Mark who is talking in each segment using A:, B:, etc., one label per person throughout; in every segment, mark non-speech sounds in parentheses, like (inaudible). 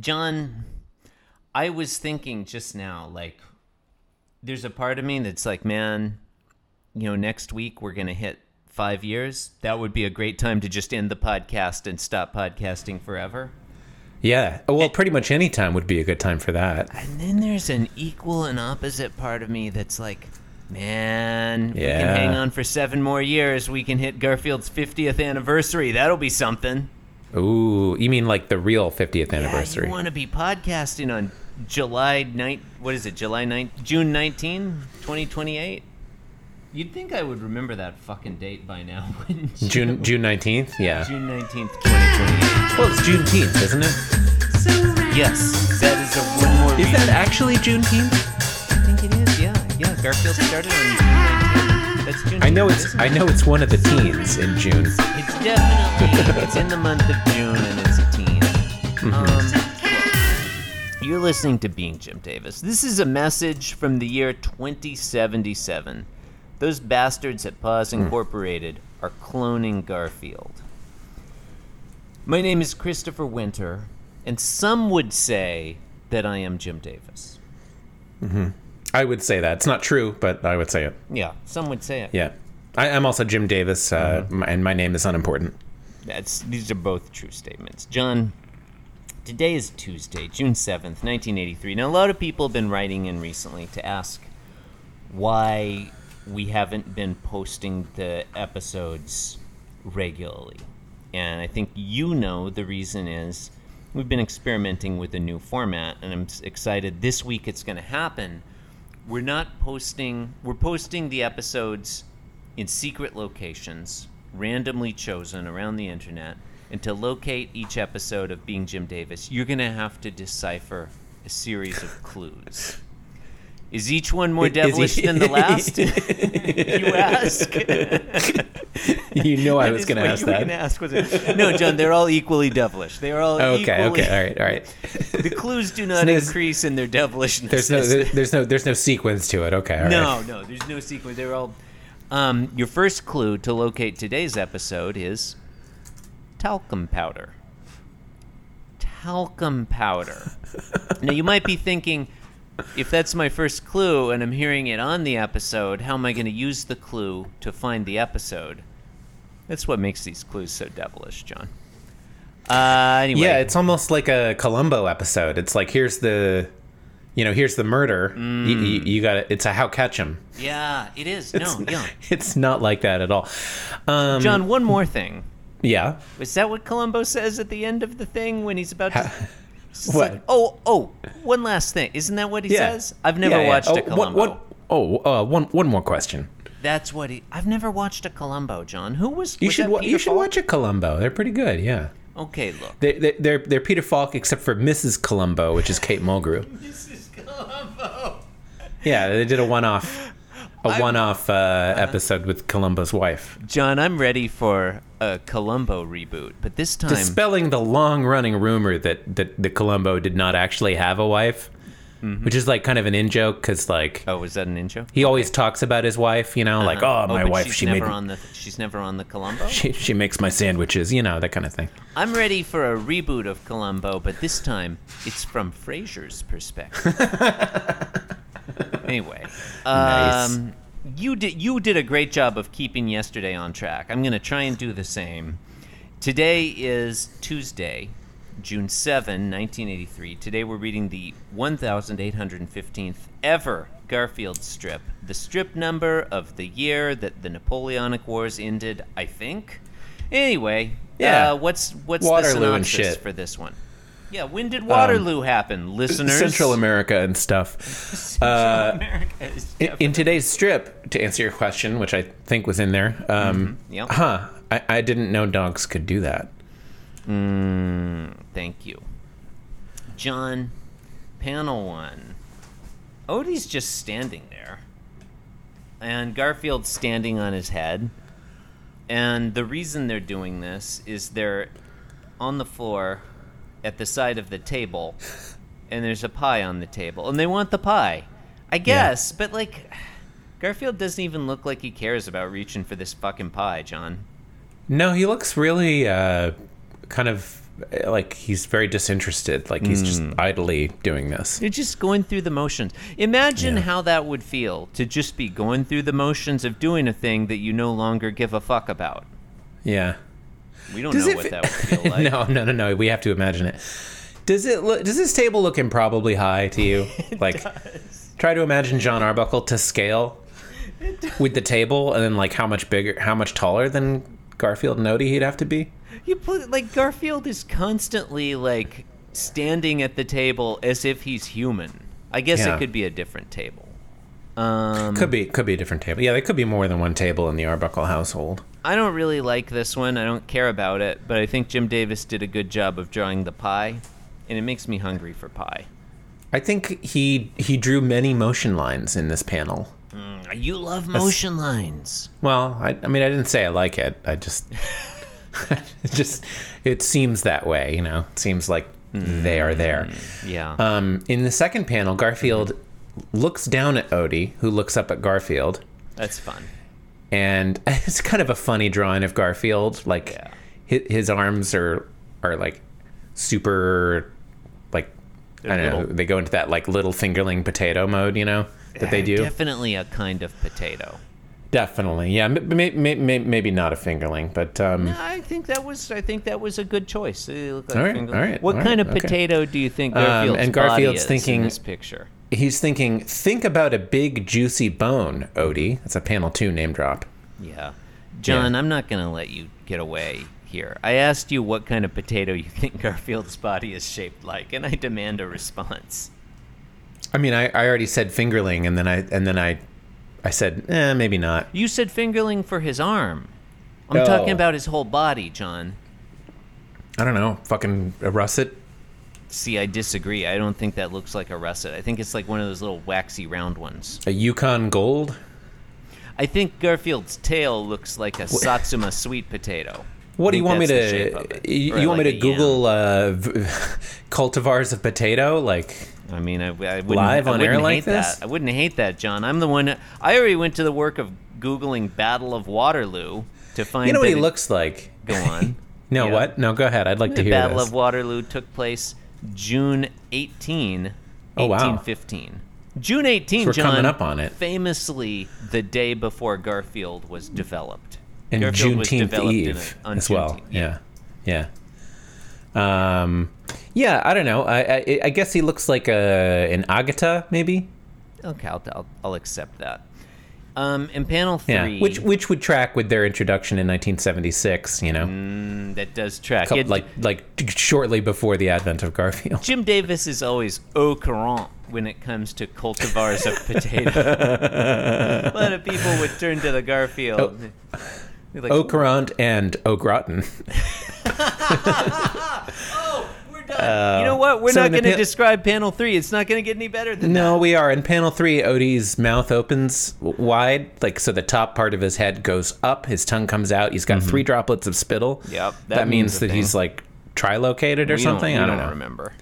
A: John, I was thinking just now, like, there's a part of me that's like, man, you know, next week we're going to hit five years. That would be a great time to just end the podcast and stop podcasting forever.
B: Yeah. Oh, Well, pretty much any time would be a good time for that.
A: And then there's an equal and opposite part of me that's like, man, we
B: Yeah.
A: can hang on for seven more years. We can hit Garfield's 50th anniversary. That'll be something.
B: Ooh, you mean like the real 50th
A: Yeah,
B: anniversary?
A: you want to be podcasting on July 9th. What is it? July 9th? June 19, 2028? You'd think I would remember that fucking date by now, (laughs) wouldn't you?
B: June June 19th? Yeah.
A: June 19th, 2028.
B: Well, it's Juneteenth, isn't it?
A: Yes, that is a one more
B: Is
A: reason.
B: that actually Juneteenth?
A: I think it is, yeah. Yeah, Garfield started on June 19th. That's June
B: I know
A: 19th,
B: it's
A: isn't it?
B: I know it's one of the teens in June.
A: It's definitely it's in the month of June and it's a teen. Um, you're listening to Being Jim Davis. This is a message from the year 2077. Those bastards at Paws Incorporated are cloning Garfield. My name is Christopher Winter, and some would say that I am Jim Davis.
B: I would say that. It's not true, but I would say it.
A: Yeah, some would say it.
B: Yeah. I, I'm also Jim Davis, uh, m- and my name is unimportant.
A: That's these are both true statements. John, today is Tuesday, June 7th, 1983. Now a lot of people have been writing in recently to ask why we haven't been posting the episodes regularly. And I think you know the reason is we've been experimenting with a new format and I'm s- excited this week it's going to happen. We're not posting we're posting the episodes in secret locations, randomly chosen around the internet, and to locate each episode of Being Jim Davis, you're going to have to decipher a series of clues. Is each one more
B: Is- is
A: devilish
B: each-
A: than the
B: (laughs)
A: last? you ask. (laughs)
B: You know Oh, I was
A: Is
B: going to
A: what
B: ask
A: you were
B: that.
A: gonna ask, was it? No, John, they're all equally devilish. They are all
B: (laughs) Okay,
A: equally.
B: okay, all right, all right.
A: The clues do not
B: There's-
A: increase in their devilishness. (laughs)
B: There's no, there- there's no, there's no sequence to it. Okay, all right.
A: no, no, there's no sequence. They're all. Um, your first clue to locate today's episode is talcum powder. Talcum
B: (laughs)
A: powder. now, you might be thinking, if that's my first clue and I'm hearing it on the episode, how am I going to use the clue to find the episode? That's what makes these clues so devilish, John. Uh, anyway,
B: Yeah, it's almost like a Columbo episode. It's like here's the, you know, here's the murder. You, you, got it. It's a how catch 'em. (laughs)
A: yeah, it is. No, yeah.
B: It's not like that at all. (laughs) Um,
A: John, one more thing.
B: Yeah.
A: Is that what Columbo says at the end of the thing when he's about to? (laughs) It's just
B: what?
A: like, oh, oh, one last thing. Isn't that what he
B: Yeah.
A: says? I've never
B: Yeah, yeah.
A: watched
B: Oh,
A: a
B: what-
A: Columbo.
B: what- oh, uh, one, one more question.
A: That's what he. I've never watched a Columbo, John. Who was?
B: You
A: was
B: should
A: that
B: wa-
A: Peter
B: you should
A: Falk?
B: watch a Columbo. They're pretty good. Yeah.
A: Okay, look.
B: (laughs) They're, they're- they're they're Peter Falk except for Mrs. Columbo, which is Kate Mulgrew.
A: This is Columbo.
B: Yeah, they did a one-off,
A: (laughs)
B: a one-off uh, episode with Columbo's wife,
A: John, I'm ready for a Columbo reboot, but this time.
B: dispelling the long-running rumor that that the Columbo did not actually have a wife, which is like kind of an in-joke because like
A: Mm-hmm. oh, was that an intro? Uh,
B: he always talks about his wife, you know, like oh my
A: but
B: wife,
A: She's
B: she
A: never
B: made
A: on the. She's never on the Columbo.
B: (laughs) she she makes my sandwiches, you know, that kind of thing.
A: I'm ready for a reboot of Columbo, but this time it's from Frasier's perspective. anyway,
B: Nice.
A: um, you did you did a great job of keeping yesterday on track. I'm going to try and do the same. Today is Tuesday, June 7, 1983. Today we're reading the 1815th ever Garfield strip, the strip number of the year that the Napoleonic Wars ended, I think. Anyway,
B: Yeah.
A: uh, what's what's the
B: Waterloo and
A: synopsis
B: shit. Um,
A: for this one? Yeah, when did Waterloo happen, listeners?
B: Central uh, America and stuff.
A: (laughs) Central America is
B: In- in today's strip, to answer your question, which I think was in there, um,
A: Yep.
B: huh? I, I didn't know dogs could do that.
A: Thank you. John, panel one. Odie's just standing there. And Garfield's standing on his head. And the reason they're doing this is they're on the floor at the side of the table. And there's a pie on the table. And they want the pie. I guess, but like. Garfield doesn't even look like he cares about reaching for this fucking pie, John.
B: No, he looks really uh, kind of like he's very disinterested. Like he's
A: Hmm.
B: just idly doing this.
A: You're just going through the motions. Imagine how that would feel to just be going through the motions of doing a thing that you no longer give a fuck about.
B: Yeah.
A: We don't
B: Does
A: know
B: it
A: what
B: fe-
A: that would
B: (laughs)
A: feel like.
B: no, no, no, no. We have to imagine it. Does it? Look, does this table look improbably high to
A: (laughs)
B: you? like, try to imagine John Arbuckle
A: (laughs)
B: to scale with the table, and then like how much bigger, how much taller than Garfield and Odie he'd have to be.
A: You put like Garfield is constantly like standing at the table as if he's human. I guess
B: Yeah.
A: it could be a different table. Um,
B: Could be, could be a different table. Yeah, there could be more than one table in the Arbuckle household.
A: I don't really like this one. I don't care about it, but I think Jim Davis did a good job of drawing the pie, and it makes me hungry for pie.
B: I think he he drew many motion lines in this panel.
A: You love motion lines.
B: Well, I, I mean, I didn't say I like it. I just, (laughs) it just, it seems that way. You know, it seems like they are there.
A: Yeah.
B: Um, in the second panel, Garfield looks down at Odie, who looks up at Garfield,
A: That's fun.
B: and (laughs) it's kind of a funny drawing of Garfield. Like
A: Yeah.
B: hi- his, arms are are like super, like I don't know.
A: little.
B: They go into that like little fingerling potato mode, you know, that they do.
A: Definitely a kind of potato.
B: Definitely, yeah. M- may- may- may- maybe not a fingerling, but um,
A: I think that was I think that was a good choice. They look like
B: All right,
A: finger-
B: all right,
A: what
B: all
A: kind
B: right,
A: of
B: okay. Um,
A: potato do you think Garfield's
B: and
A: body
B: Garfield's
A: is
B: thinking-
A: in this picture?
B: he's thinking. Think about a big juicy bone, Odie. That's a panel two name drop.
A: Yeah. John, I'm not going to let you get away here. I asked you what kind of potato you think (laughs) Garfield's body is shaped like, and I demand a response.
B: I mean, I, I already said fingerling, and then I and then I, I said, eh, maybe not.
A: You said fingerling for his arm. I'm
B: Oh.
A: talking about his whole body, John.
B: I don't know. Fucking a russet.
A: See, I disagree. I don't think that looks like a russet. I think it's like one of those little waxy round ones.
B: A Yukon gold.
A: I think Garfield's tail looks like a Satsuma sweet potato.
B: What
A: I
B: do you
A: think
B: want me
A: that's the shape
B: to?
A: of it.
B: You,
A: Or
B: you want
A: like
B: me
A: a
B: to
A: yam.
B: Google uh, v- (laughs) cultivars of potato? Like,
A: I mean, I, I wouldn't,
B: Live
A: I
B: on air
A: wouldn't
B: like
A: hate
B: this?
A: That. I wouldn't hate that, John. I'm the one. I already went to the work of googling Battle of Waterloo to find.
B: you know what
A: that
B: he
A: it-
B: looks like?
A: (laughs) Go
B: (laughs)
A: on.
B: No,
A: Yeah.
B: what? No, go ahead. I'd like to
A: the
B: hear
A: Battle
B: this.
A: of Waterloo took place June 18,
B: Oh, wow.
A: 1815. June 18,
B: we're
A: John.
B: coming up on it.
A: Famously, the day before Garfield was developed.
B: and
A: Garfield was
B: Juneteenth
A: developed in
B: Eve
A: a- on
B: as well.
A: Juneteenth.
B: Yeah, yeah. Um, yeah. I don't know. I, I I guess he looks like a an agata maybe.
A: Okay, I'll, I'll, I'll accept that. Um, in panel three,
B: Yeah, which which would track with their introduction in 1976. You know,
A: Mm. that does track.
B: Couple-
A: Yeah,
B: like like shortly before the advent of Garfield. (laughs)
A: Jim Davis is always au courant when it comes to cultivars
B: (laughs)
A: of potato. A lot of people would turn to the Garfield. They're like,
B: Oh. Au courant and au gratin.
A: we're done. you know what? We're
B: uh, so
A: not
B: in the
A: going to
B: pan-
A: describe panel three. It's not going to get any better than
B: No, we are in panel three. Odie's mouth opens w- wide, like so. The top part of his head goes up. His tongue comes out. He's got three droplets of spittle.
A: Mm-hmm. Yep,
B: that,
A: that
B: means,
A: means a
B: that he's
A: thing.
B: like trilocated or
A: We
B: something.
A: we
B: I don't, know.
A: remember.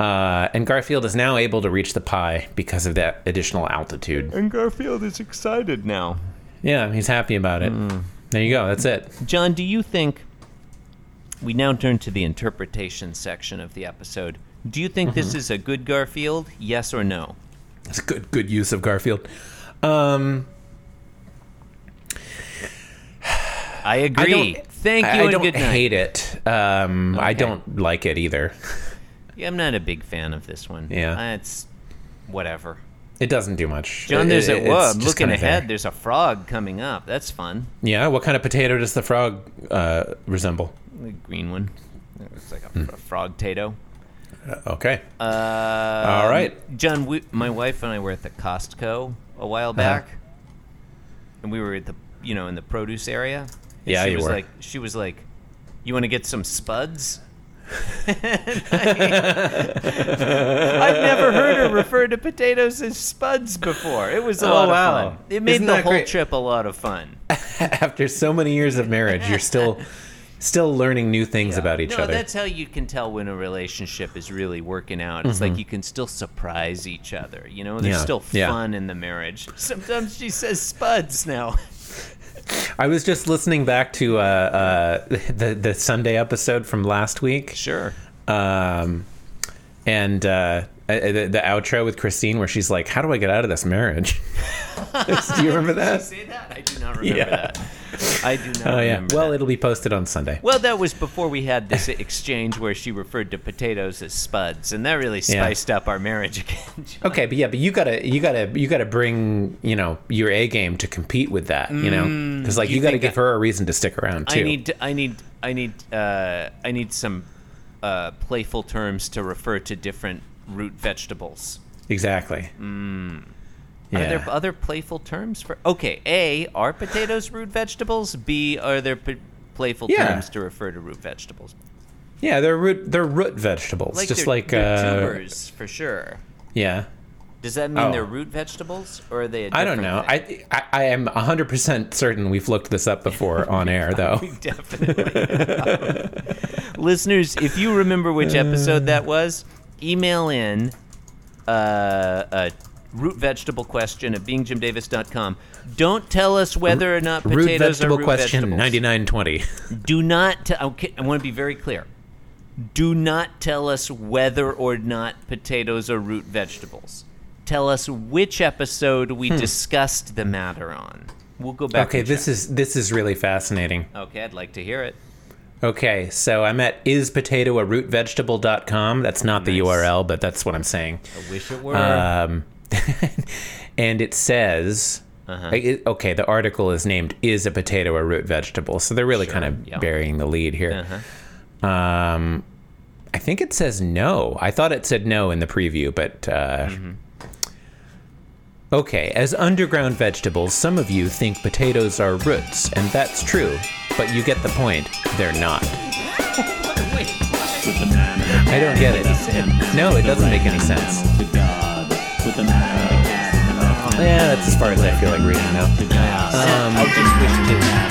B: Uh, and Garfield is now able to reach the pie because of that additional altitude.
A: And Garfield is excited now.
B: Yeah, he's happy about it.
A: Mm.
B: There you go. That's it.
A: John, do you think we now turn to the interpretation section of the episode? Do you think
B: Mm-hmm.
A: this is a good Garfield? Yes or no?
B: It's a good good use of Garfield. Um,
A: I agree. Thank you.
B: I, I
A: and
B: don't
A: good night.
B: hate it. Um, I don't like it either.
A: Yeah, I'm not a big fan of this one.
B: Yeah.
A: Uh, it's whatever.
B: It doesn't do much.
A: John,
B: It-
A: there's
B: it-
A: a
B: it's
A: whoa,
B: just
A: looking
B: kinda
A: ahead.
B: there.
A: There's a frog coming up. That's fun.
B: Yeah. What kind of potato does the frog uh, resemble?
A: The green one. It's like a,
B: Hmm.
A: a frog tato.
B: Okay.
A: Uh,
B: All right. Uh-huh.
A: John, we, my wife and I were at the Costco a while back, and we were at the you know in the produce area. and
B: Yeah,
A: she
B: you
A: was
B: were.
A: Like she was like, "You want to get some spuds?"
B: (laughs)
A: I've never heard her refer to potatoes as spuds before. It was a
B: Oh,
A: lot
B: wow.
A: of fun. It made
B: Isn't
A: the
B: that
A: whole
B: great?
A: trip a lot of fun.
B: (laughs) After so many years of marriage,
A: (laughs)
B: you're still still learning new things about each
A: no,
B: other.
A: that's how you can tell when a relationship is really working out. It's like you can still surprise each other. You know, there's
B: Mm-hmm. Yeah,
A: still
B: yeah.
A: fun in the marriage. Sometimes she says spuds now.
B: I was just listening back to uh, uh, the the Sunday episode from last week,
A: Sure.
B: um, and uh, uh, the, the outro with Christine, where she's like, "How do I get out of this marriage?" (laughs) do you remember
A: (laughs)
B: that?
A: Say that. I do not remember
B: Yeah.
A: that. I do not
B: Oh yeah.
A: remember.
B: Well,
A: that.
B: it'll be posted on Sunday.
A: Well, that was before we had this exchange where she referred to potatoes as spuds, and that really spiced up our marriage again. (laughs)
B: Okay, but yeah, but you gotta, you gotta, you gotta bring, you know, your A game to compete with that, you know, because like you, gotta
A: Mm, think
B: give her a reason to stick around too.
A: I need, to- I need, I need, uh, I need some uh, playful terms to refer to different root vegetables.
B: exactly. Yeah.
A: Mm. Are there other playful terms for? Okay, A, are potatoes root vegetables? B, are there p- playful
B: Yeah.
A: terms to refer to root vegetables?
B: yeah, they're root, they're root vegetables, just
A: they're-
B: like
A: they're
B: uh,
A: tubers for sure.
B: yeah.
A: Does that mean
B: Oh.
A: they're root vegetables, or are they? A
B: I don't know.
A: different thing?
B: I, I I am hundred percent certain we've looked this up
A: (laughs)
B: before on air though.
A: (laughs) Definitely. Listeners, if you remember which episode that was, email in uh, a root vegetable question at beingjimdavis.com. Don't tell us whether or not potatoes
B: root vegetable
A: are root
B: question
A: vegetables.
B: ninety nine twenty.
A: Do not. T- okay, I want to be very clear. Do not tell us whether or not potatoes are root vegetables. Tell us which episode we discussed the matter on. We'll go back.
B: Hmm. (laughs) Okay,
A: and
B: this is this is really fascinating.
A: check. okay. I'd like to hear it.
B: Okay, so I'm at ispotatoarootvegetable.com. That's not the
A: Nice.
B: URL, but that's what I'm saying.
A: I wish it were.
B: Um, (laughs) and it says, like, it- okay, the article is named "Is a potato a root vegetable?" So they're really kind of
A: yeah.
B: burying the lead here.
A: Uh-huh.
B: Um, I think it says no. I thought it said no in the preview, but. Uh, Okay, as underground vegetables, some of you think potatoes are roots, and that's true, but you get the point. They're not. I don't get it. No, it doesn't make any sense. Yeah, that's as far as I feel like reading now. Um,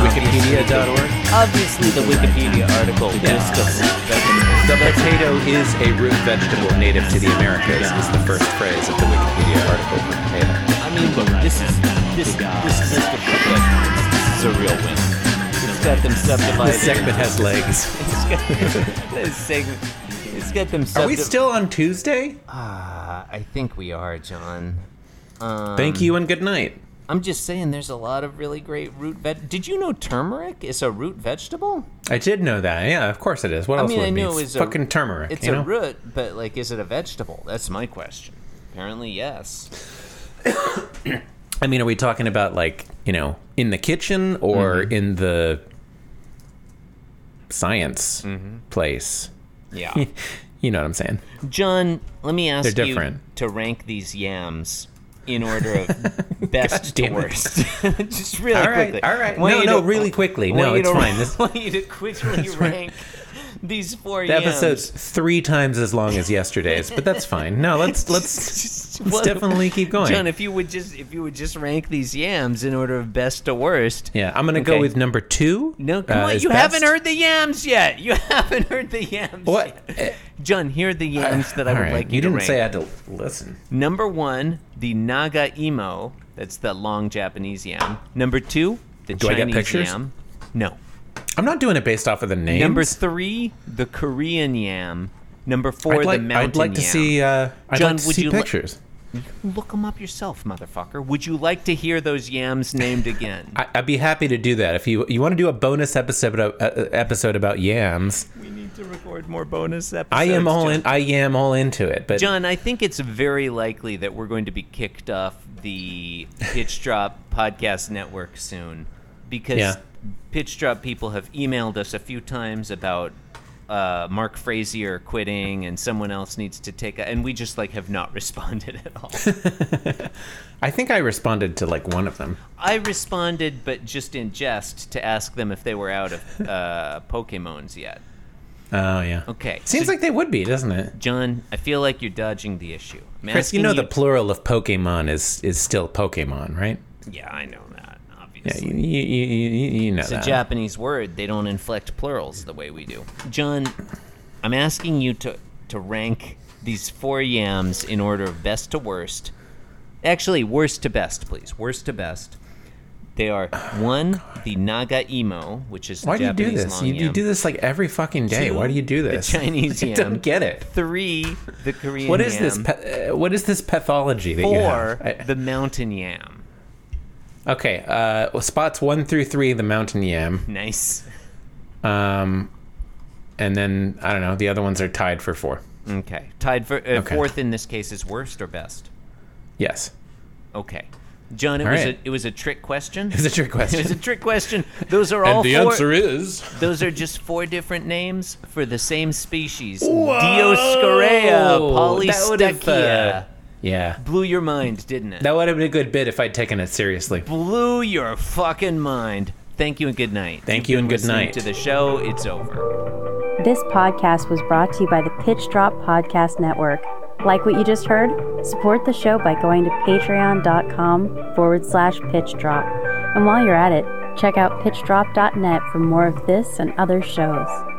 B: Wikipedia.org.
A: Obviously, the Wikipedia article
B: The potato is a root vegetable native to the Americas, is the first phrase of the Wikipedia article for potato.
A: I mean, look, this is this this list of professions. This is a real win. It's got them
B: The
A: subdivided.
B: segment has legs.
A: It's got, this segment. It's got them. Subdiv-
B: Are we still on Tuesday?
A: Ah, I think we are, John. Um,
B: Thank you and good night.
A: I'm just saying, there's a lot of really great root veg. Did you know turmeric is a root vegetable?
B: I did know that. Yeah, of course it is. What
A: I
B: else
A: mean,
B: would
A: I
B: it be?
A: knew it was a-
B: fucking turmeric.
A: It's
B: you know?
A: a root, but like, is it a vegetable? That's my question. Apparently, yes.
B: I mean, are we talking about like you know in the kitchen or
A: Mm-hmm.
B: in the science
A: Mm-hmm.
B: place? (laughs)
A: Yeah.
B: You know what I'm saying?
A: (laughs) John, let me ask
B: They're
A: you
B: different.
A: to rank these yams in order
B: (laughs)
A: of best to
B: damn it.
A: worst. (laughs) Just really
B: All right,
A: quickly.
B: all right.
A: Want
B: No,
A: you
B: no,
A: to-
B: really quickly.
A: want
B: No,
A: you
B: it's
A: to-
B: fine.
A: (laughs)
B: This-
A: want you to
B: (laughs)
A: quickly rank these four
B: The
A: yams.
B: episode's three times as long as yesterday's, but that's fine.
A: (laughs)
B: No, let's let's,
A: Just-
B: let's
A: well,
B: definitely keep going.
A: John, if you would just if you would just rank these yams in order of best to worst.
B: yeah, I'm gonna go
A: Okay.
B: with number two.
A: No, come
B: uh,
A: on,
B: is
A: you
B: best.
A: haven't heard the yams yet. You (laughs) haven't heard the yams. (laughs)
B: What?
A: yet. John, here
B: (sighs)
A: are the yams that I
B: All
A: would
B: right,
A: like you,
B: you
A: to
B: didn't
A: rank.
B: say I had to listen.
A: Number one, the Naga emo. That's the long Japanese yam. Number two, the
B: Do I
A: Chinese
B: get pictures?
A: yam. No.
B: I'm not doing it based off of the name.
A: Number three, the Korean yam. Number 4
B: I'd like,
A: the mountain
B: I'd like to
A: yam.
B: see. Uh, I'd
A: John,
B: like to
A: would
B: see
A: you li-
B: pictures.
A: Look them up yourself, motherfucker. Would you like to hear those yams named again?
B: I, I'd be happy to do that if you you want to do a bonus episode of, uh, uh, episode about yams.
A: we need to record more bonus episodes.
B: I am all
A: John.
B: in. I am all into it. But
A: John, I think it's very likely that we're going to be kicked off the Pitch Drop podcast network soon because
B: Yeah.
A: Pitch Drop people have emailed us a few times about uh, Mark Frazier quitting and someone else needs to take a, and we just like have not (laughs) responded at all.
B: I think I responded to like one of them.
A: I responded, but just in jest, to ask them if they were out of uh, Pokemon's yet.
B: Oh yeah.
A: Okay,
B: Seems
A: so-
B: like they would be, doesn't it?
A: John, I feel like you're dodging the issue. I'm
B: Chris, you
A: asking
B: know the plural of Pokemon is is still Pokemon, right?
A: yeah, I know that. Obviously.
B: Yeah, you, you, you, you- you know
A: It's a
B: that.
A: Japanese word. They don't inflect plurals the way we do. John, I'm asking you to to rank these four yams in order of best to worst, Actually, worst to best, please. Worst to best. They are one, the Naga Emo, which is the
B: Why do you do
A: Japanese
B: this?
A: long
B: You, you
A: yam.
B: do this like every fucking day.
A: Two,
B: Why do you do this?
A: The Chinese
B: (laughs) I
A: yam.
B: don't get it.
A: Three, the Korean
B: What is this?
A: yam.
B: Pe- uh, what is this pathology that you
A: Four,
B: have? I-
A: the mountain yam.
B: okay, uh, well, spots one through three, the mountain yam, (laughs)
A: Nice.
B: um, and then I don't know. The other ones are tied for four.
A: Okay. Tied for uh,
B: Okay.
A: fourth in this case is worst or best.
B: Yes, (laughs)
A: Okay. John, it
B: All
A: was
B: right.
A: a it was a trick question.
B: is (laughs) it your question?
A: It (laughs) was a trick question. Those
B: (laughs)
A: are all four.
B: is
A: Those are just four different names for the same species. Dioscorea, polystachya.
B: yeah,
A: Blew your mind, didn't it?
B: that would have been a good bit if I'd taken it seriously.
A: Blew your fucking mind. Thank you and good night. You've
B: Thank you
A: been
B: and good
A: listening
B: night.
A: To the show, it's over.
C: This podcast was brought to you by the Pitch Drop Podcast Network. Like what you just heard? Support the show by going to patreon.com forward slash pitch drop. And while you're at it, check out pitchdrop.net for more of this and other shows.